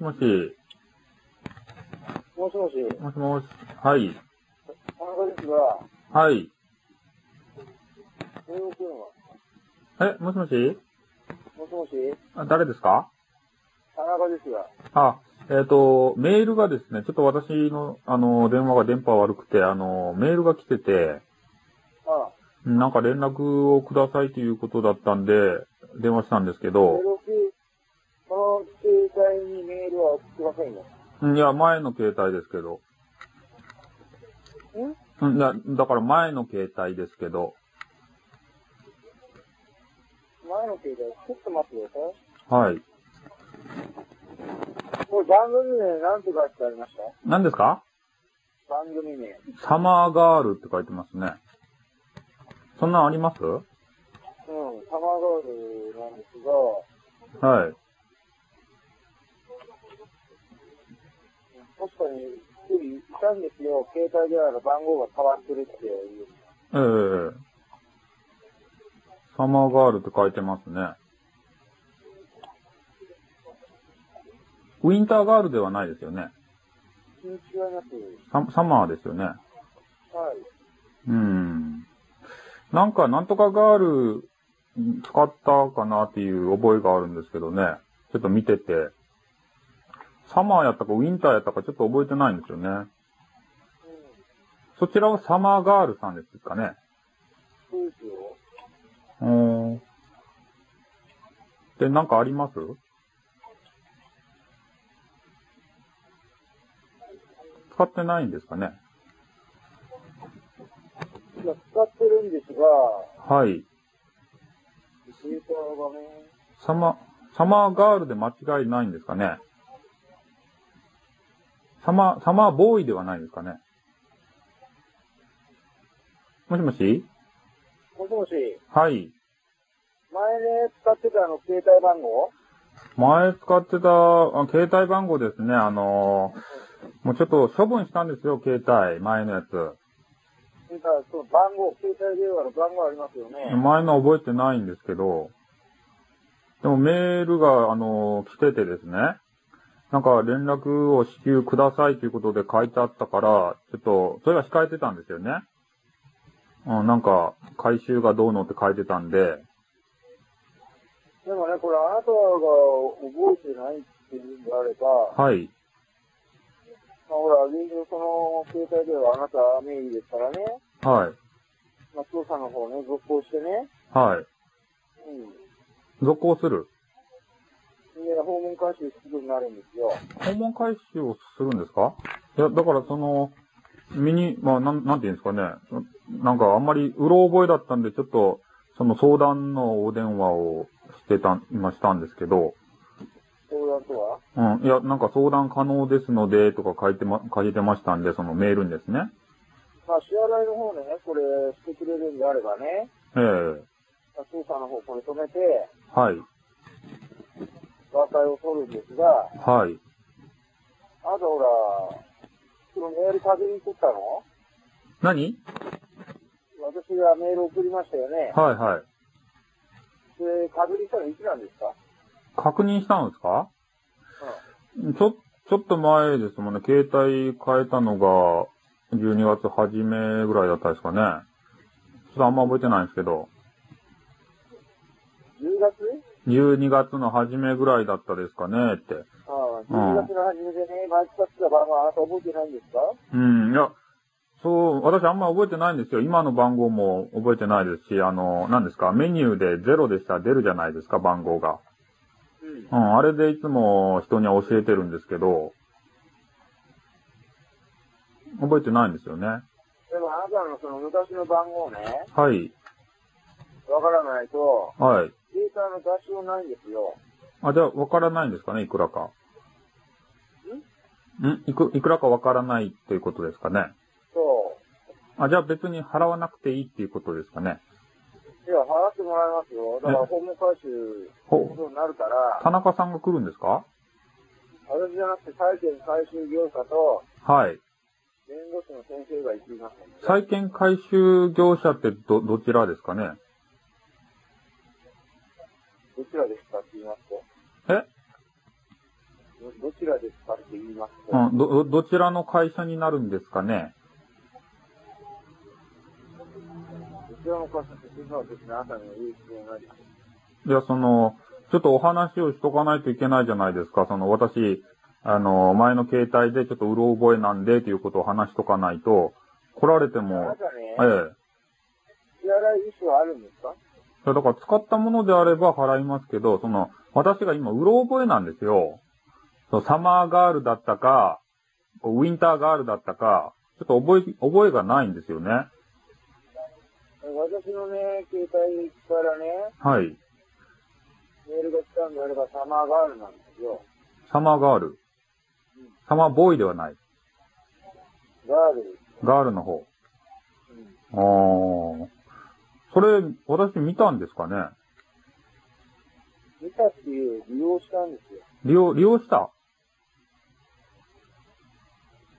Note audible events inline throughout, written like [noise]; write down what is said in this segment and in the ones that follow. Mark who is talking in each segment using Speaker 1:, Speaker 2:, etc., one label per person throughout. Speaker 1: もし、
Speaker 2: もしもし、
Speaker 1: もしもし、はい、
Speaker 2: 田中ですが、
Speaker 1: はい、
Speaker 2: 電話電話。
Speaker 1: え、もしもし
Speaker 2: もしもし、
Speaker 1: あ誰ですか
Speaker 2: 田中ですが、
Speaker 1: あ、えっ、と、メールがですね、ちょっと私の、あの、電話が電波悪くて、あの、メールが来てて、
Speaker 2: ああ、
Speaker 1: なんか連絡をくださいということだったんで、電話したんですけど、
Speaker 2: メロク、この携帯にメールは送ってませんよ。
Speaker 1: いや、前の携帯ですけど、
Speaker 2: ん
Speaker 1: うんいや、だから前の携帯ですけど、
Speaker 2: 前の携帯、ちょっと待ってくだ
Speaker 1: はい。
Speaker 2: さい。これ番組名なんて書いてありました
Speaker 1: 何ですか
Speaker 2: 番組名。
Speaker 1: サマーガールって書いてますね。そんなんあります
Speaker 2: うん、タマガールなんですが、
Speaker 1: はい。
Speaker 2: 確かに一人いたんですよ、携帯電話の番号が変わってるっていう。
Speaker 1: ええサマーガールって書いてますね。ウィンターガールではないですよね。
Speaker 2: 違います。
Speaker 1: ササマーですよね。
Speaker 2: はい。
Speaker 1: うん。なんか、なんとかガール使ったかなっていう覚えがあるんですけどね。ちょっと見てて。サマーやったかウィンターやったかちょっと覚えてないんですよね。
Speaker 2: うん、
Speaker 1: そちらはサマーガールさんですかね。
Speaker 2: そうですよ。
Speaker 1: おーで、なんかあります使ってないんですかね
Speaker 2: いや、使ってるんですが、
Speaker 1: はい。
Speaker 2: データの画面、
Speaker 1: サマ、サマーガールで間違いないんですかねサマ、サマーボーイではないですかねもしもし
Speaker 2: もしもし、
Speaker 1: はい。
Speaker 2: 前ね、使ってたあの、携帯番号
Speaker 1: 前使ってた、あ携帯番号ですね。あのーもうちょっと処分したんですよ、携帯。前のやつ。
Speaker 2: それから、その番号、携帯電話の番号ありますよね。
Speaker 1: 前の覚えてないんですけど、でもメールが、あの、来ててですね、なんか連絡を支給くださいということで書いてあったから、ちょっと、それが控えてたんですよね。うん、なんか、回収がどうのって書いてたんで、
Speaker 2: でもね、これあなたが覚えてないっていうんであれば、
Speaker 1: はい、
Speaker 2: まあ、ほら、現状その、携帯電話あなた名義ですからね、
Speaker 1: はい、
Speaker 2: まあ、調査の方ね、続行してね、
Speaker 1: はい。
Speaker 2: う
Speaker 1: 続行する。
Speaker 2: ん。で、訪問監視するようになるんですよ。
Speaker 1: 訪問回収をするんですかいや、だからその、ミニ、まあ、なん、なんていうんですかね。なんかあんまり、うろ覚えだったんで、ちょっと、その相談のお電話をしてた、今したんですけど、
Speaker 2: 相談とは
Speaker 1: うん、いや、なんか相談可能ですので、とか書いてま、書いてましたんで、そのメールにですね。
Speaker 2: まあ、支払いの方ね、これしてくれるんであればね、
Speaker 1: ええ
Speaker 2: まあ、調査の方これ止めて、
Speaker 1: はい、
Speaker 2: 和解を取るんですが、
Speaker 1: はい。
Speaker 2: あとほら、そのメール確認取ったの
Speaker 1: 何
Speaker 2: 私がメール送りましたよね。
Speaker 1: はい、はい。
Speaker 2: で、確認したのいつなんですか
Speaker 1: 確認したんですかちょ、ちょっと前ですもんね。携帯変えたのが、12月初めぐらいだったですかね。ちょっとあんま覚えてないんですけど、
Speaker 2: 10月
Speaker 1: 12月の初めぐらいだったですかねって。
Speaker 2: ああ、
Speaker 1: うん
Speaker 2: 10月の初めでね、毎日使ってた番号あなた覚えてないんですか
Speaker 1: うん、いや、そう、私あんま覚えてないんですよ。今の番号も覚えてないですし、あの、何ですか、メニューで0でしたら出るじゃないですか、番号が。
Speaker 2: うん。
Speaker 1: うん、あれでいつも人には教えてるんですけど、覚えてないんですよね。
Speaker 2: でもあなたのその昔の番号ね、
Speaker 1: はい、
Speaker 2: わからないと、
Speaker 1: はい。
Speaker 2: データの出しようないんですよ。
Speaker 1: あ、じゃあ、わからないんですかね、いくらか。んいく、いくらかわからないということですかね。
Speaker 2: そ
Speaker 1: あ、じゃあ別に払わなくていいっていうことですかね。
Speaker 2: う。では払ってもらいますよ。だから
Speaker 1: え
Speaker 2: 訪問回収するこ
Speaker 1: ほ、
Speaker 2: とになるから、
Speaker 1: 田中さんが来るんですか
Speaker 2: 私じゃなくて債権回収業者と
Speaker 1: はい。
Speaker 2: 弁護士の先生が行きますので。
Speaker 1: 債権回収業者ってど、どちらですかね
Speaker 2: どちらですかって言いますと。
Speaker 1: え
Speaker 2: どどちちらですかって言いますと、
Speaker 1: うん、ど、どちらの会社になるんですかね
Speaker 2: どちらの会社っていうのはですね、朝の有識になります。
Speaker 1: いや、その、ちょっとお話をしとかないといけないじゃないですか。その、私、あの、前の携帯でちょっとうろ覚えなんで、ということを話しとかないと、来られて
Speaker 2: あな
Speaker 1: も、え
Speaker 2: たね、
Speaker 1: え。
Speaker 2: 支払い意思はあるんですか
Speaker 1: いやだから使ったものであれば払いますけど、その、私が今、うろ覚えなんですよ。そうサマーガールだったか、こうウィンターガールだったか、ちょっと覚え、覚えがないんですよね。
Speaker 2: 私のね、携帯からね、
Speaker 1: はい。
Speaker 2: メールが来たんであればサマーガールなんですよ。
Speaker 1: サマーガール。サマーボーイではない。
Speaker 2: ガール。
Speaker 1: ガールの方。あ
Speaker 2: うん。
Speaker 1: ー。それ、私見たんですかね
Speaker 2: 見たっていう、利用したんですよ。
Speaker 1: 利用、利用した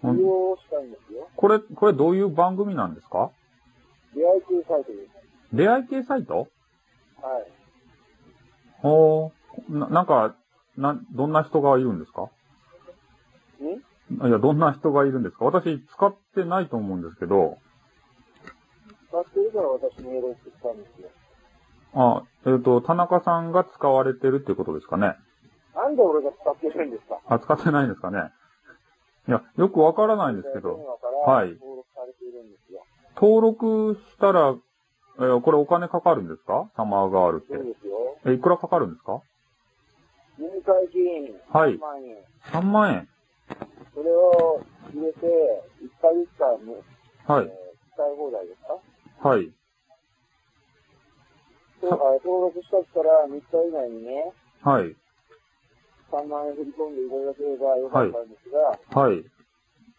Speaker 1: うん
Speaker 2: 利用したんですよ。
Speaker 1: これ、これどういう番組なんですか
Speaker 2: 出会い系サイトです。
Speaker 1: 出会い系サイト
Speaker 2: はい。
Speaker 1: おー。な、なんか、な、どんな人がいるんですか
Speaker 2: ん
Speaker 1: いや、どんな人がいるんですか私、使ってないと思うんですけど、
Speaker 2: 使ってるから私メール送ったんですよ。
Speaker 1: あ、えっ、と、田中さんが使われてるってことですかね。
Speaker 2: なんで俺が使ってるんですか
Speaker 1: あ、使ってないんですかね。いや、よくわからないんですけど、は
Speaker 2: はい登録されているんですよ。
Speaker 1: 登録したら、えーこれお金かかるんですかサマーガール
Speaker 2: そう
Speaker 1: っ
Speaker 2: ですよ。
Speaker 1: て。え、いくらかかるんですか
Speaker 2: 入会金
Speaker 1: はい
Speaker 2: 1万円。
Speaker 1: ?3 万円。
Speaker 2: それを入れて、1ヶ月間の、
Speaker 1: はい
Speaker 2: えー、使い放題ですか
Speaker 1: はい。
Speaker 2: そうあ登録した日から3日以内にね、
Speaker 1: はい。
Speaker 2: 3万円振り込んでいただければよかったんですが、
Speaker 1: はい。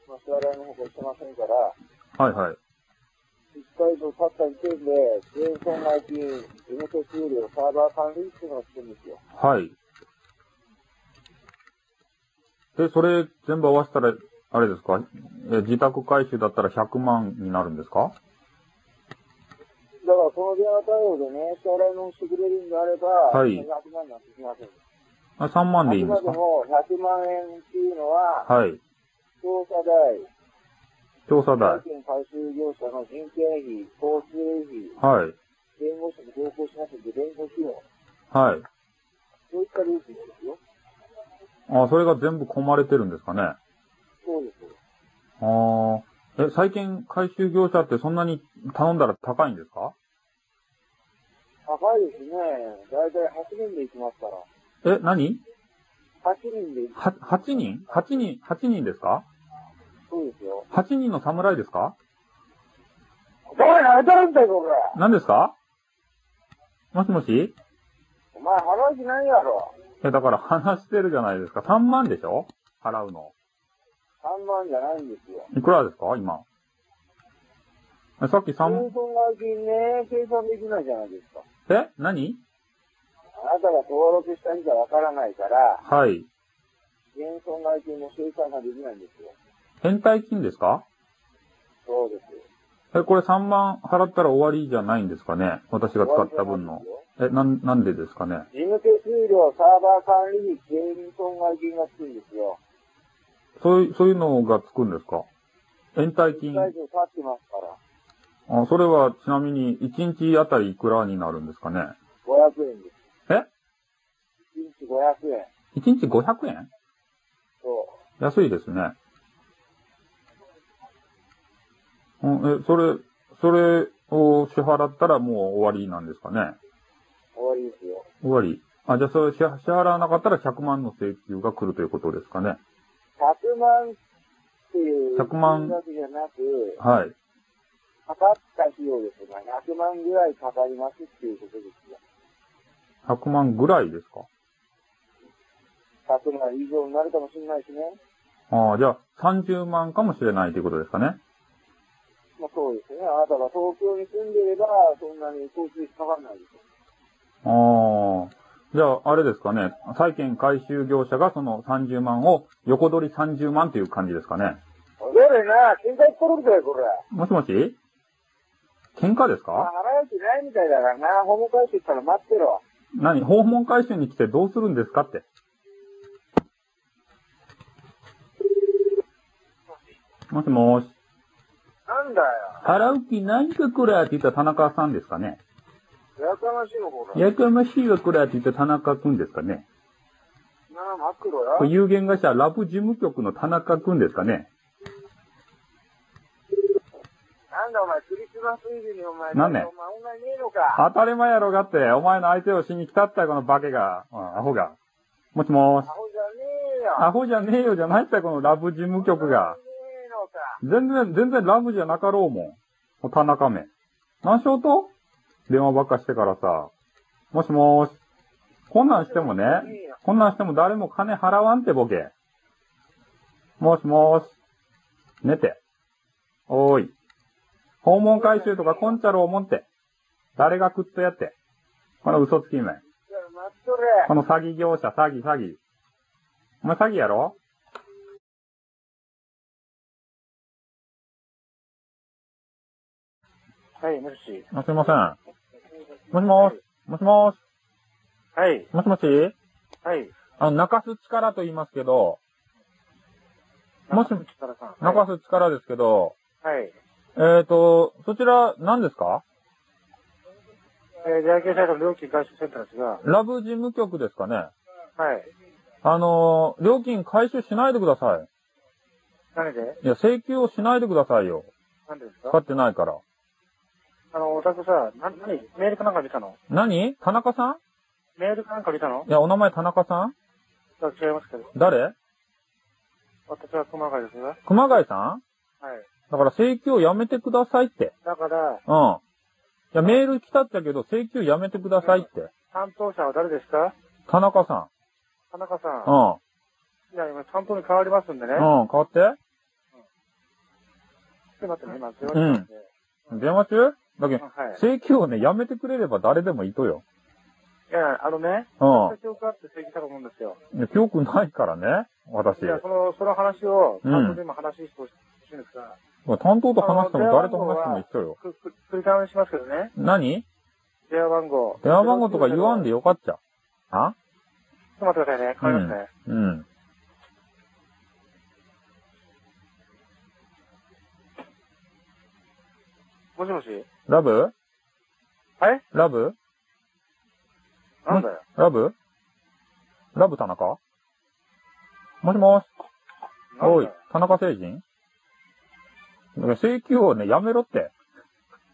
Speaker 2: まあ、支払いの方がしてませんから、
Speaker 1: はい。はい。
Speaker 2: 1回以上経った時点で、全損害金、事務手数料、サーバー管理費っていうのがつくんですよ。
Speaker 1: はい。で、それ全部合わせたら、あれですかえ、自宅回収だったら100万になるんですか
Speaker 2: だから、この電話対応でね、支払いの方してくれるんであれば、
Speaker 1: はい
Speaker 2: 100万円なんてしません。
Speaker 1: あ3
Speaker 2: あ
Speaker 1: 万でいい
Speaker 2: く
Speaker 1: んで
Speaker 2: ますで
Speaker 1: か
Speaker 2: も100万円っていうのは、
Speaker 1: はい。
Speaker 2: 調査代、
Speaker 1: 調査代
Speaker 2: 債。権回収業者の人件費、交通費、
Speaker 1: はい。
Speaker 2: 弁護士に同行しますんで、弁護費用、
Speaker 1: はい。
Speaker 2: そういった料金ですよ。
Speaker 1: あそれが全部込まれてるんですかね。あ
Speaker 2: そうで
Speaker 1: あ。
Speaker 2: す。
Speaker 1: え、債券回収業者ってそんなに頼んだら高いんですか
Speaker 2: 高いですね。だいたい8人で行きますから。
Speaker 1: え、何
Speaker 2: 8人で行く。
Speaker 1: は、8人 ?8 人、8人ですか
Speaker 2: そうですよ。
Speaker 1: ?8 人の侍ですか
Speaker 2: お前慣れたるんだよ、これ。
Speaker 1: 何ですかもしもし
Speaker 2: お前払う気ないやろ。
Speaker 1: え、だから話してるじゃないですか。3万でしょ払うの。
Speaker 2: 3万じゃないんですよ。
Speaker 1: いくらですか今。えさっき3、
Speaker 2: 運送代金ね、計算できないじゃないですか。
Speaker 1: え何
Speaker 2: あなたが登録した日がわからないから、
Speaker 1: はい。
Speaker 2: 減損害金の計算ができないんですよ。
Speaker 1: 返済金ですか
Speaker 2: そうです。
Speaker 1: え、これ3万払ったら終わりじゃないんですかね私が使った分の。え、なん、なんでですかね
Speaker 2: 事務手数料、サーバー管理費、税務損害金がつくんですよ。
Speaker 1: そういう、そういうのがつくんですか延滞
Speaker 2: 1
Speaker 1: 金。
Speaker 2: 回以上経ってますから、
Speaker 1: あ、それはちなみに1日あたりいくらになるんですかね
Speaker 2: 500円です。
Speaker 1: え
Speaker 2: ?1 日500円。
Speaker 1: ?1 日500円
Speaker 2: そう。
Speaker 1: 安いですね。うん、え、それ、それを支払ったらもう終わりなんですかね
Speaker 2: 終わりですよ。
Speaker 1: 終わり。あ、じゃあそれ支支払わなかったら100万の請求が来るということですかね
Speaker 2: 100万っていう
Speaker 1: 100万
Speaker 2: 金額じゃなく、
Speaker 1: はい。
Speaker 2: かかった費用ですが、100万ぐらいかかりますっていうことですよ。
Speaker 1: 100万ぐらいですか
Speaker 2: 100万以上になるかもしれないしね。
Speaker 1: ああ、じゃあ、30万かもしれないということですかね。
Speaker 2: まあそうですね。あなたが東京に住んでいれば、そんなに交通費かかんないですよ。
Speaker 1: ああ。じゃあ、あれですかね。債権回収業者がその30万を横取り30万という感じですかね。
Speaker 2: どれな、喧嘩取るんだよ、これ。
Speaker 1: もしもし喧嘩です
Speaker 2: まあ
Speaker 1: か、
Speaker 2: 払う気ないみたいだからな、ホーム返してきたら待ってろ。
Speaker 1: 何訪問回収に来てどうするんですかって。もしもし。
Speaker 2: なんだよ。
Speaker 1: 腹浮き何かくらいって言った田中さんですかね
Speaker 2: やかましいの方だ。
Speaker 1: やかましいわくらいって言った田中くんですかね
Speaker 2: なあ、マクロ
Speaker 1: これ
Speaker 2: や。
Speaker 1: 有限会社ラブ事務局の田中くんですかね
Speaker 2: なんだお前、クリスマスイブにお前、
Speaker 1: なんね
Speaker 2: お前、お前ねえのか。
Speaker 1: 当たり前やろがって、お前の相手をしに来たったよこのバケが、うんアホが。もしも
Speaker 2: ア
Speaker 1: し。
Speaker 2: ホじゃねえよ。
Speaker 1: アホじゃねえよじゃないったよこのラブ事務局が
Speaker 2: ね。えのか。
Speaker 1: 全然、全然ラブじゃなかろうもん。田中め。何しようと電話ばっかしてからさ。もしもーし。こんなんしてもね、こんなんしても誰も金払わんってボケ。もしもーし。寝て。おーい。訪問回収とかこんちゃろうもんって。誰がくっとやって。この嘘つきめ。
Speaker 2: じゃあ、待っとれ。
Speaker 1: この詐欺業者、詐欺、詐欺。お前詐欺やろ
Speaker 2: はい、もし。
Speaker 1: あすいません。もしもーし。もしもーし。
Speaker 2: はい、
Speaker 1: もしもし
Speaker 2: はい。
Speaker 1: あの、泣かす力と言いますけど、もしも
Speaker 2: 力さん。
Speaker 1: 泣かす力ですけど、
Speaker 2: はい。
Speaker 1: えっ、と、そちら何ですか
Speaker 2: えー、出会い系サイトの料金回収センターですが、
Speaker 1: ラブ事務局ですかね
Speaker 2: はい。
Speaker 1: あのー料金回収しないでくださ
Speaker 2: 何で
Speaker 1: い。いや、請求をしないでくださいよ。
Speaker 2: 何です
Speaker 1: 使
Speaker 2: か
Speaker 1: ってないから。
Speaker 2: あの、お宅さ、な、何メールかなんか見たの
Speaker 1: 何田中さ
Speaker 2: メールかなんか見たの
Speaker 1: んいや、お名前田中さん
Speaker 2: あ違いますけど。
Speaker 1: 誰
Speaker 2: 私は熊谷ですが。はい。
Speaker 1: 熊谷さんだから請求をやめてくださいって。
Speaker 2: だから、
Speaker 1: うん。いや、メール来たっちゃけど、請求やめてくださいって。
Speaker 2: 担当者は誰ですか
Speaker 1: 田中さ
Speaker 2: 田中さ。
Speaker 1: ん。うんん。
Speaker 2: じゃあ今担当に変わりますんでね。
Speaker 1: うん、変
Speaker 2: ちょっ
Speaker 1: わって。
Speaker 2: と待ってね、今、電話しますんで。
Speaker 1: 電話中だけど
Speaker 2: あはい。
Speaker 1: 請求をね、やめてくれれば誰でもいいとよ。
Speaker 2: いや、あのね、
Speaker 1: う
Speaker 2: 記憶あって請求したと思うんですよ。
Speaker 1: ん。いや記憶ないからね、私。
Speaker 2: じゃあ、その、その話を、
Speaker 1: うん
Speaker 2: 担当で今話してほしいんですが、
Speaker 1: 担当と話して
Speaker 2: あ
Speaker 1: も
Speaker 2: の
Speaker 1: 誰と話しても一緒よ。
Speaker 2: く、く、繰り返しますけどね。
Speaker 1: 何
Speaker 2: 電話番号。
Speaker 1: 電話番号とか言わんでよかっちゃ。あ
Speaker 2: ちょっと待ってくださいね。変わりますね。
Speaker 1: うん。
Speaker 2: もしもし
Speaker 1: ラブ
Speaker 2: はい
Speaker 1: ラブ
Speaker 2: なんだよ。
Speaker 1: ラブラブ田中もしもし。
Speaker 2: なん
Speaker 1: お
Speaker 2: だ
Speaker 1: い
Speaker 2: よ。、
Speaker 1: 田中星人だから請求をね、やめろって。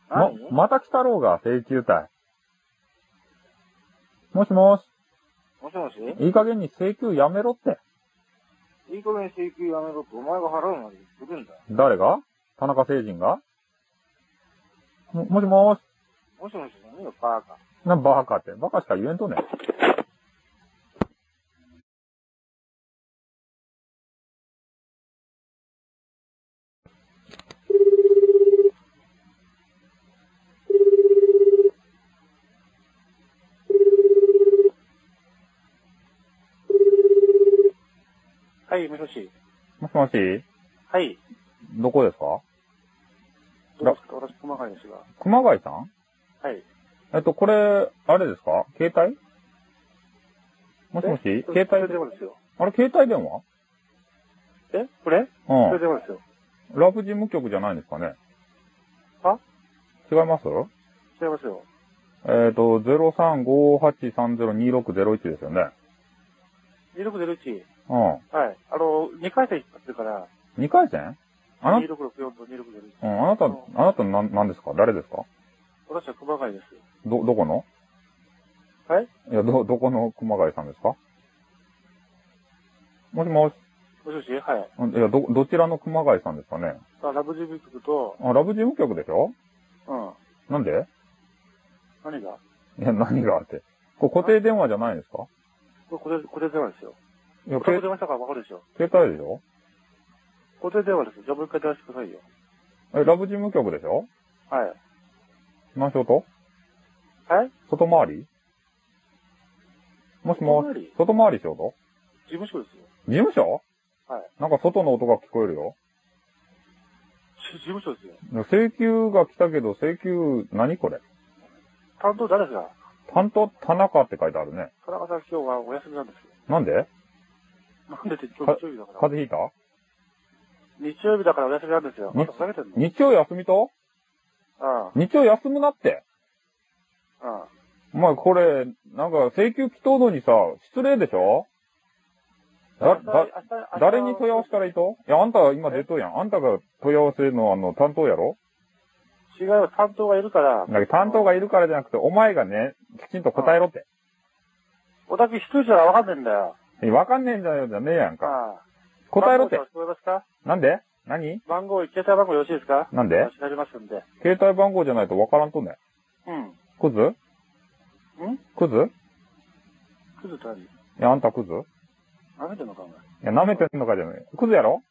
Speaker 1: ま
Speaker 2: 何、
Speaker 1: また来たろうが、請求隊。もしもし。
Speaker 2: もしもし
Speaker 1: いい加減に請求やめろって。
Speaker 2: いい加減請求やめろって、お前が払うのにするんだよ。
Speaker 1: 誰が田中星人がも、もしもーし。
Speaker 2: もしもし何よ、バーカ。
Speaker 1: な、バカって。バカしか言えんとね。
Speaker 2: はい、もしもし。
Speaker 1: もしもし
Speaker 2: はい。
Speaker 1: どこですか
Speaker 2: どうですか私、細かいですが。
Speaker 1: 熊谷さん
Speaker 2: はい。
Speaker 1: えっと、これ、あれですか携帯もしもし
Speaker 2: え
Speaker 1: 携帯
Speaker 2: 電話ですよ。
Speaker 1: あれ、携帯電話
Speaker 2: えこれそれ
Speaker 1: う
Speaker 2: 電話ですよ。
Speaker 1: ん。ラブ事務局じゃないんですかね
Speaker 2: は
Speaker 1: 違います
Speaker 2: 違いますよ。
Speaker 1: えっ、と、0358302601ですよね。
Speaker 2: 2601。
Speaker 1: う
Speaker 2: はい。あの、2回戦行ってるから、
Speaker 1: ん。2回戦あな、
Speaker 2: 2664と2601。
Speaker 1: うん、あなた、あなたなん、なんですか誰ですか
Speaker 2: 私は熊谷ですよ。
Speaker 1: ど、どこの
Speaker 2: はい
Speaker 1: いや、ど、どこの熊谷さんですかもしもし、
Speaker 2: もしもしはい。
Speaker 1: うんいや、ど、どちらの熊谷さんですかね
Speaker 2: あラブジュビックと、
Speaker 1: あ、ラブ事務局でしょ
Speaker 2: うん。
Speaker 1: なんで
Speaker 2: 何が
Speaker 1: いや、何があって。これ固定電話じゃないんですか
Speaker 2: これ、これ、これ電話ですよ。
Speaker 1: いや、
Speaker 2: これ
Speaker 1: け
Speaker 2: 電話したからわかるでしょ。
Speaker 1: 携帯でしょ
Speaker 2: 固定電話ですよ。じゃあもう一回電話してくださいよ。
Speaker 1: え、ラブ事務局でしょ
Speaker 2: はい。
Speaker 1: 何しようと
Speaker 2: はい
Speaker 1: 外回りもしもし、
Speaker 2: 外回
Speaker 1: 外回
Speaker 2: り
Speaker 1: りしようと
Speaker 2: 事務所ですよ。
Speaker 1: 事務所
Speaker 2: はい。
Speaker 1: なんか外の音が聞こえるよ。
Speaker 2: し事務所ですよ。
Speaker 1: 請求が来たけど、請求、何これ
Speaker 2: 担当誰ですか
Speaker 1: 担当、田中って書いてあるね。
Speaker 2: 田中さん今日はお休みなんですよ。
Speaker 1: なんで
Speaker 2: なんでって今日日曜日だから。
Speaker 1: 風邪ひいた
Speaker 2: 日曜日だからお休みなんですよ。
Speaker 1: ね
Speaker 2: ふざけてんのうん。
Speaker 1: 日曜休みと
Speaker 2: うん。うん。
Speaker 1: 日曜休むなって。まあこれ、なんか請求祈祷のにさ、失礼でしょだ、だ、誰に問い合わせたらいいといや、あんた今出とるやん。あんたが問い合わせのあの担当やろ
Speaker 2: 違う、担当がいるか
Speaker 1: だ
Speaker 2: ら。
Speaker 1: けど担当がいるからじゃなくて、お前がね、きちんと答えろって。
Speaker 2: おたき一人じゃわかんねえんだよ。
Speaker 1: えわかんねえんじゃよじゃねえやんか。
Speaker 2: ああ
Speaker 1: 答えろって
Speaker 2: 番。号聞こえますか
Speaker 1: なんで何
Speaker 2: 番号、携帯番号よろしいですか
Speaker 1: なんで
Speaker 2: 調べますんで。
Speaker 1: 携帯番号じゃないとわからんとね。
Speaker 2: うん。
Speaker 1: クズ
Speaker 2: ん
Speaker 1: クズ
Speaker 2: クズって何
Speaker 1: いや、あんたクズい
Speaker 2: 何てんのか、お前。
Speaker 1: や、舐めてんのかじゃない。クズやろ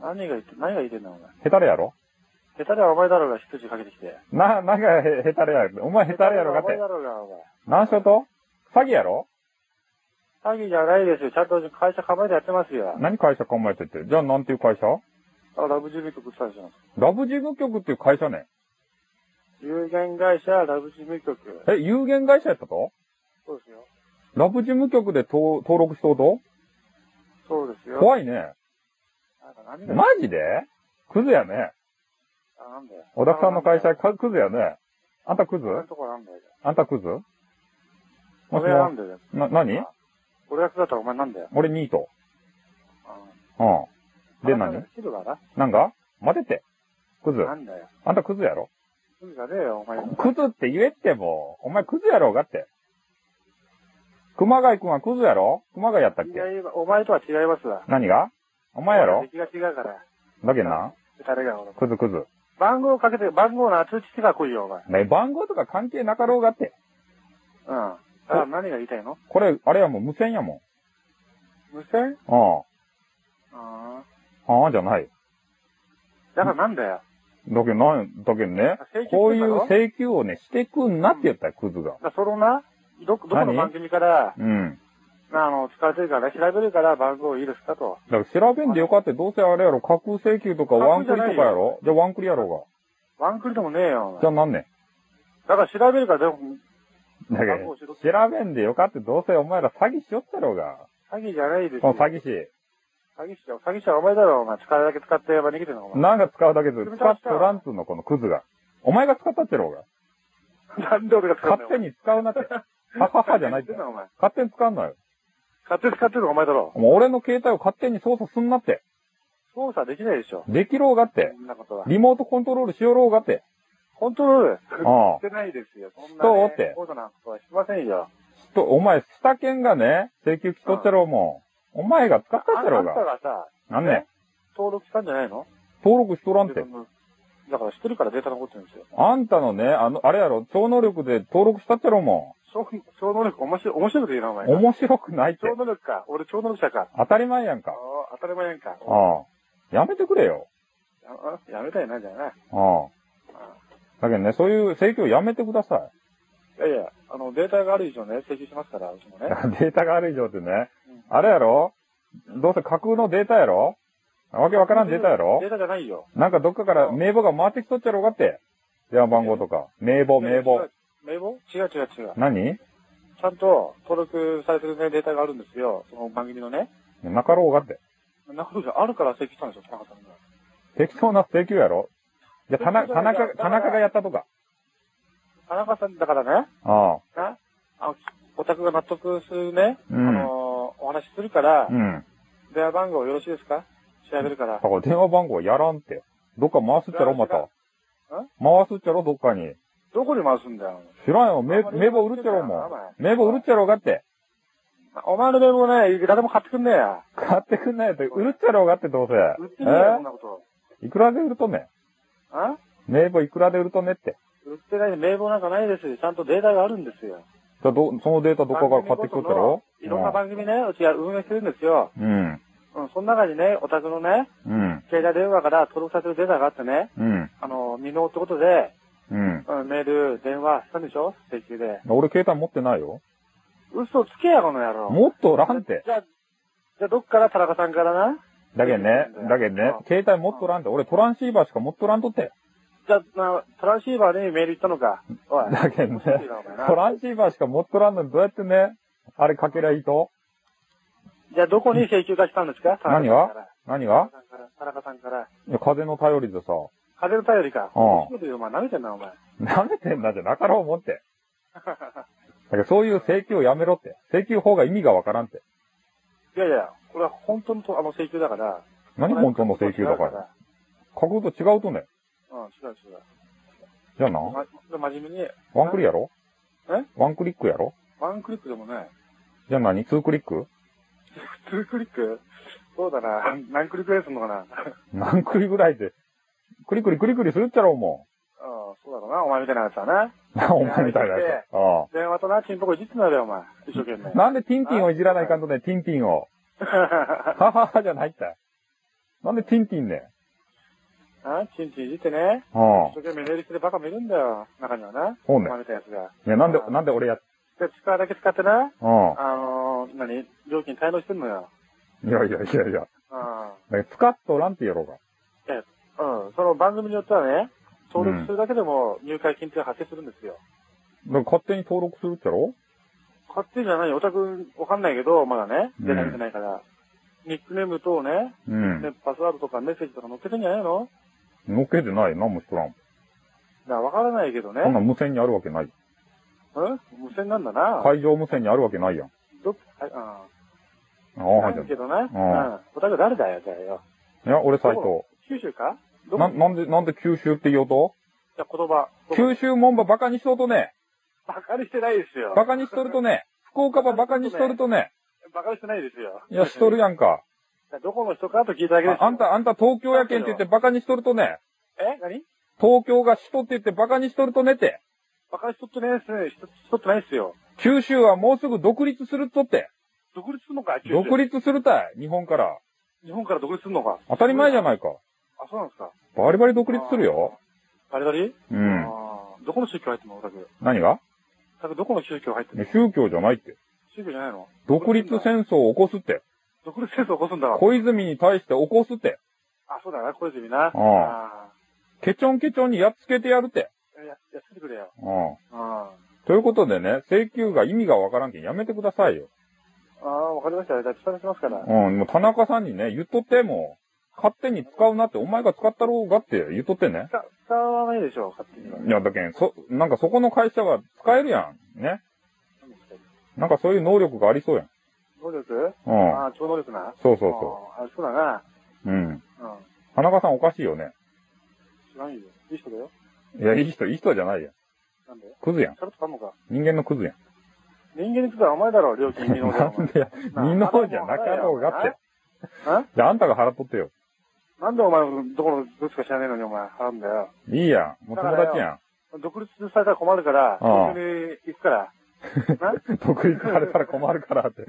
Speaker 2: 何が言って、何が言ってんだ、お前。
Speaker 1: ヘタレやろ
Speaker 2: 下手ではお前だろうが、羊かけて
Speaker 1: [laughs]
Speaker 2: きて。
Speaker 1: な、なんかへヘタレやろ。お前ヘタレやろかっ
Speaker 2: 下手
Speaker 1: て
Speaker 2: で。はお前だろうが、お前。
Speaker 1: 何しようと詐欺やろ
Speaker 2: 詐欺じゃないですよ。ちゃんと会社構えてやってますよ。
Speaker 1: 何会社考えてって。じゃあなんていう会社
Speaker 2: あラブジミ局って言ったでしょ。
Speaker 1: ラブ事務局っていう会社ね。
Speaker 2: 有限会社、ラブジミ局。
Speaker 1: え、有限会社やったと
Speaker 2: そうですよ。
Speaker 1: ラブ事務局で登登録しとうと
Speaker 2: そうですよ。
Speaker 1: 怖いね。
Speaker 2: なんか何が
Speaker 1: マジでクズやね。
Speaker 2: あ、なんだよ。
Speaker 1: 小田さんの会社、
Speaker 2: か
Speaker 1: かクズやね。あんたクズ
Speaker 2: 俺のとこなんだよ。
Speaker 1: あんたクズもし
Speaker 2: 俺な
Speaker 1: も
Speaker 2: んだよ。
Speaker 1: し、な、何
Speaker 2: 俺がクズだったらお前なんだよ。
Speaker 1: 俺ニート。
Speaker 2: う
Speaker 1: うん。
Speaker 2: ん
Speaker 1: で
Speaker 2: あんた
Speaker 1: 何
Speaker 2: が切るか
Speaker 1: なんか待てって。クズ
Speaker 2: な。。なんだよ。
Speaker 1: あんたクズやろ
Speaker 2: クズじゃねえよ、お前。
Speaker 1: クズって言えってもう。お前クズやろうがって。熊谷くんはクズやろ熊谷やったっけ
Speaker 2: 違いお前とは違いますわ。
Speaker 1: 何がお前やろ
Speaker 2: 敵が違うから。
Speaker 1: だけどな。
Speaker 2: 誰が俺。
Speaker 1: クズクズ。
Speaker 2: 番号かけて、番号の通知してから来いよ、お前。
Speaker 1: ね、番号とか関係なかろうがって。
Speaker 2: うん。あ、何が言いたいの
Speaker 1: これ、あれやもん、無線やも
Speaker 2: 無線
Speaker 1: ん。あ
Speaker 2: うん。
Speaker 1: あ、ああじゃない。
Speaker 2: だからなんだよ。
Speaker 1: だけどなん、だけどね
Speaker 2: あ請求、
Speaker 1: こうい
Speaker 2: して
Speaker 1: う
Speaker 2: んだろ
Speaker 1: 請求をね、してくんなって言ったよ、クズが。
Speaker 2: だからそのな、ど、どこの
Speaker 1: 何
Speaker 2: 番組から、
Speaker 1: うん。
Speaker 2: あの、使われてるから、調べるから番号いいですかと。
Speaker 1: だから調べんでよかって、どうせあれやろ、架空請求とか
Speaker 2: 架空
Speaker 1: ワンクリとかや
Speaker 2: じゃない
Speaker 1: ろじゃあワンクリやろ
Speaker 2: ワンクリでもねえよ
Speaker 1: う、
Speaker 2: お
Speaker 1: が。じゃ
Speaker 2: 前
Speaker 1: あなんね
Speaker 2: だから調べるから、でも、
Speaker 1: ん。だけ
Speaker 2: 番
Speaker 1: ど
Speaker 2: 号しろって。
Speaker 1: 調べんでよかって、どうせお前ら詐欺しよったろうが。
Speaker 2: 詐欺じゃないです
Speaker 1: この
Speaker 2: よ。
Speaker 1: 詐欺師。
Speaker 2: 詐欺師だよ。詐欺師はお前だろ、お前。使うだけ使って、やば逃げてんのか、 [laughs] お前。
Speaker 1: なんか使うだけで、使っとらんつうの、このクズが。お前が使ったってろうが。
Speaker 2: なんで俺が使うんだよ
Speaker 1: 勝。手に使うなって。はははじゃ
Speaker 2: [laughs]
Speaker 1: ないって。
Speaker 2: お前。
Speaker 1: 勝手に使うのよ。
Speaker 2: 勝手に使ってるのお前だろ。
Speaker 1: もう俺の携帯を勝手に操作すんなって。
Speaker 2: 操作できないでしょ。
Speaker 1: できろうがって。
Speaker 2: そんなことは。
Speaker 1: リモートコントロールしよろうがって。
Speaker 2: コントロール
Speaker 1: ああ
Speaker 2: してないですよ。そんな、
Speaker 1: 人を
Speaker 2: ね
Speaker 1: っ、て
Speaker 2: 高度なことはしませんよ。
Speaker 1: と、お前、下券がね、請求来とってろうもん。お前が使った
Speaker 2: あ
Speaker 1: っ
Speaker 2: ん
Speaker 1: て
Speaker 2: た
Speaker 1: ろうが。
Speaker 2: がさ、
Speaker 1: なんね
Speaker 2: 登録したんじゃないの
Speaker 1: 登録しとらんって
Speaker 2: 自。分のだから知ってるからデータ残ってるんですよ。
Speaker 1: あんたのね、あの、あれやろ、超能力で登録したってろうも
Speaker 2: 超超能力、面白い、面白いこと言うな、お
Speaker 1: ん。
Speaker 2: 前。
Speaker 1: 面白くないって
Speaker 2: 超。能力か。俺超能力者か。
Speaker 1: 当たり前やん
Speaker 2: あ
Speaker 1: か。
Speaker 2: あ当たり前やんか。
Speaker 1: ああ。やめてくれよ。
Speaker 2: ああやめたいな、じゃあな。
Speaker 1: あ
Speaker 2: あ
Speaker 1: あ。だけどね、そういう請求やめてください。
Speaker 2: いやいや、あの、データがある以上ね、請求しますから、うちもね。
Speaker 1: データがある以上ってね
Speaker 2: うん、
Speaker 1: あれやろどうせ架空のデータやろわけわからんデータやろ
Speaker 2: データじゃないよ。
Speaker 1: なんかどっかから名簿が回ってきとっちゃろうがって。電話番号とか。名簿、名簿。。
Speaker 2: 名簿違う違う違う。
Speaker 1: 何
Speaker 2: ちゃんと登録されてるね、データがあるんですよ。その番組のね。
Speaker 1: なかろうがって。
Speaker 2: 中藤さんあるから請求したんですよ、田中さんが。
Speaker 1: 適当な請求やろじゃあ、田中、
Speaker 2: 適
Speaker 1: 田
Speaker 2: 当だよ
Speaker 1: 中、田中がやったとか。
Speaker 2: 田中さんだからね、
Speaker 1: ああ。
Speaker 2: な、あの、お宅が納得するね、
Speaker 1: うん
Speaker 2: あのーお話しするから、
Speaker 1: うん。
Speaker 2: 電話番号よろしいですか調べるから
Speaker 1: だ。から電話番号やらんって。どっか回すっちゃろ、また。回すっちゃろ、どっかに。
Speaker 2: どこに回すんだよ。
Speaker 1: 知らんよ、
Speaker 2: あ
Speaker 1: 名
Speaker 2: んまり
Speaker 1: 名簿売るっちゃろ、もう。名簿売るっちゃろうがって。
Speaker 2: お前の名簿ね、誰も買ってくんねえや。
Speaker 1: 買ってくんないと、売るっちゃろうがって、どうせ。
Speaker 2: 売ってねえよ、そん
Speaker 1: え
Speaker 2: なこと。
Speaker 1: いくらで売るとね。
Speaker 2: あ
Speaker 1: 名簿いくらで売るとねって。
Speaker 2: 売ってない名簿なんかないですよ。ちゃんとデータがあるんですよ。
Speaker 1: じゃあ、ど、そのデータどこから買ってくるっちゃろ
Speaker 2: いろんな番組ね、うちが運営してるんですよ。
Speaker 1: うん。
Speaker 2: うん、その中にね、お宅のね、
Speaker 1: うん。
Speaker 2: 携帯電話から登録されてるデータがあってね、
Speaker 1: うん。
Speaker 2: あの、未納ってことで、
Speaker 1: うん。
Speaker 2: うん、メール、電話したんでしょ請求で。
Speaker 1: 俺携帯持ってないよ。
Speaker 2: 嘘つけや、この野郎。
Speaker 1: もっとおらんて。
Speaker 2: じゃあ、じゃあどっから田中さんからな
Speaker 1: だけどね、だけどね
Speaker 2: あ、
Speaker 1: 携帯持っとらんて。俺トランシーバーしか持っとらんとって。
Speaker 2: じゃあ、なトランシーバーにメール行ったのか。
Speaker 1: [laughs]
Speaker 2: おい。
Speaker 1: だけどね
Speaker 2: 面白いなお前な
Speaker 1: トランシーバーしか持っとらんのにどうやってね、あれかけりゃいいと
Speaker 2: じゃあ、どこに請求が来たんですか
Speaker 1: [laughs] 何が何
Speaker 2: 田
Speaker 1: が
Speaker 2: 中さんから田中さんから。
Speaker 1: いや風の頼りでさ、
Speaker 2: 風の頼りか。
Speaker 1: うん
Speaker 2: 面白いよ、お前。舐めてんな、お前。
Speaker 1: 舐めてんだじゃなかろう思って。だからそういう請求をやめろって。請求法が意味がわからんって。
Speaker 2: いやいや、これは本当のとあの請求だから。
Speaker 1: 何本当の請求だから。。角度違うとね。
Speaker 2: うん、違う違う。
Speaker 1: じゃあな、
Speaker 2: ま、真面目に、
Speaker 1: ワンクリやろ
Speaker 2: え
Speaker 1: ワンクリックやろ
Speaker 2: ワンクリックでもね、
Speaker 1: じゃあ何ツークリック
Speaker 2: ツークリックそうだな。何クリックぐらいすんのかな。うん、
Speaker 1: 何クリぐらいで、クリクリクリクリするっちゃろうも
Speaker 2: そうだろうな。お前みたいなやつはな。
Speaker 1: ん。お前みたいなやつ。あ
Speaker 2: 電話とな、チンポコいじってんだよ、お前。一生懸命
Speaker 1: あ。。なんでティンティンをいじらないかんとね、ティンティンを。はははじゃないって。なんでティンティンね。
Speaker 2: あチンチンいじってね。
Speaker 1: う
Speaker 2: 一生懸命練りしてるバカもいるんだよ。中にはな。
Speaker 1: そう
Speaker 2: お
Speaker 1: ね
Speaker 2: 前みたいなやつが。
Speaker 1: ん。ね、なんで、なんで俺やっ、
Speaker 2: で、使うだけ使ってな。
Speaker 1: う
Speaker 2: あのー、何料金滞納してんのよ。
Speaker 1: ん。いやいやいやいや。
Speaker 2: うん。
Speaker 1: だから使っとらんってやろうが。
Speaker 2: うん、その番組によってはね、登録するだけでも入会金って発生するんですよ。
Speaker 1: だから勝手に登録するっちゃろ
Speaker 2: 勝手じゃない、オタクわかんないけど、まだね、
Speaker 1: うん
Speaker 2: 出られてないから。ニックネームとね、
Speaker 1: うん。
Speaker 2: ねパスワードとかメッセージとか載っけてんじゃないの
Speaker 1: のっけてない。何もしとらん。
Speaker 2: だからわからないけどね。
Speaker 1: そんなん無線にあるわけない。
Speaker 2: うん無線なんだな。
Speaker 1: 会場無線にあるわけないやん。
Speaker 2: どっは
Speaker 1: ああ、
Speaker 2: い、うん。な
Speaker 1: はいじゃ
Speaker 2: いけどな。うん。オタク誰だよ、じゃあよ。
Speaker 1: あ。いや、俺斎藤。
Speaker 2: 九州かど
Speaker 1: な、
Speaker 2: じ
Speaker 1: なんで、なんで九州って言おうと
Speaker 2: ゃあ言葉。
Speaker 1: 九州門ばバカにしとるとね、
Speaker 2: バカにしてないですよ。
Speaker 1: バカにしと
Speaker 2: [laughs]
Speaker 1: るとね、福岡ばバカにしとるとね、
Speaker 2: バカにしてないですよ。
Speaker 1: いや、しとるやんか。
Speaker 2: どこの人かと聞いただけです
Speaker 1: あ
Speaker 2: よ
Speaker 1: あんた、あんた東京やけんって言ってバカにしとるとね、
Speaker 2: え何
Speaker 1: 東京が首都って言ってバカにしとるとねって、
Speaker 2: バカにしとってないですね。しとしとってないですよ。
Speaker 1: 九州はもうすぐ独立するっとって、
Speaker 2: 独立するのか九州
Speaker 1: 独立するたい、日本から。
Speaker 2: 日本から独立するのか
Speaker 1: 当たり前じゃ
Speaker 2: い。
Speaker 1: ないか。
Speaker 2: あ、そうなんですか。
Speaker 1: バリバリ独立するよ。
Speaker 2: バリバリ
Speaker 1: う。。
Speaker 2: うんどこの宗教入ってんのオタク。
Speaker 1: 何が
Speaker 2: オタクどこの宗教入ってんの
Speaker 1: 宗教じゃないって。
Speaker 2: 宗教じゃないの
Speaker 1: 独立戦争を起こすって。
Speaker 2: 独立戦争起こすんだわ。
Speaker 1: 小泉に対して起こすって。
Speaker 2: あ、そうだな、小泉な。
Speaker 1: うん
Speaker 2: ああ
Speaker 1: ケチョンケチョンにやっつけてやるって。
Speaker 2: ー。や、やっててくれよ。
Speaker 1: うん。
Speaker 2: うん。あ
Speaker 1: ということでね、請求が意味がわからんけんやめてくださいよ。
Speaker 2: あー、わかりました。じゃあ、伝えしますから。
Speaker 1: うん、もう田中さんにね、言っとっても、勝手に使うなって、お前が使ったろうがって言っとってね。
Speaker 2: 使使わないでしょ、勝手には。
Speaker 1: いや、だけん、そ、なんかそこの会社は使えるやん。ね。
Speaker 2: 何ですか
Speaker 1: なんかそういう能力がありそうやん。
Speaker 2: 能力
Speaker 1: うん。
Speaker 2: ああ、超能力な。
Speaker 1: そうそうそ
Speaker 2: あーあ、そうだな。
Speaker 1: う。うん。
Speaker 2: うん。
Speaker 1: 田中さんおかしいよね。
Speaker 2: 知らんよ。いい人だよ。
Speaker 1: いや、いい人、いい人じゃないやん。
Speaker 2: なんで
Speaker 1: クズやん。
Speaker 2: ちゃんとかんのか。
Speaker 1: 人間のクズやん。
Speaker 2: 人間に来たらお前だろ、料金未納だよ。お
Speaker 1: な
Speaker 2: 前
Speaker 1: んでや、二のじゃなかろうがって。
Speaker 2: え
Speaker 1: じゃあ、あんたが払っとってよ。
Speaker 2: なんでお前のどこのどっちか知らねえのにお前払うんだよ。
Speaker 1: いいやん。もう友達やん。
Speaker 2: 独立されたら困るか
Speaker 1: あ
Speaker 2: ら、
Speaker 1: あ
Speaker 2: 東京に行くから。
Speaker 1: 独立されたら困るからって。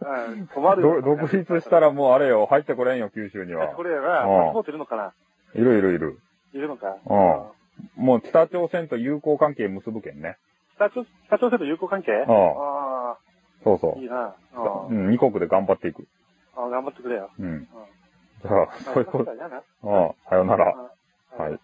Speaker 2: うん、困る
Speaker 1: ど
Speaker 2: よ。
Speaker 1: 独立したらもうあれよ、入ってこれんよ、九州には
Speaker 2: こ。れやな、パ
Speaker 1: うん
Speaker 2: スポートいるのかない
Speaker 1: るいるいる。
Speaker 2: いるのか
Speaker 1: うんもう北朝鮮と友好関係結ぶけんね。
Speaker 2: 北朝北朝鮮と友好関係
Speaker 1: あ
Speaker 2: あ
Speaker 1: そう
Speaker 2: あ
Speaker 1: そ
Speaker 2: いいな。うん
Speaker 1: う。うん、二国で頑張っていく。
Speaker 2: ああ頑張ってくれよ。
Speaker 1: うん。じゃあ、そういうこと。
Speaker 2: だな。
Speaker 1: ああ、さようなら。
Speaker 2: うん
Speaker 1: はい。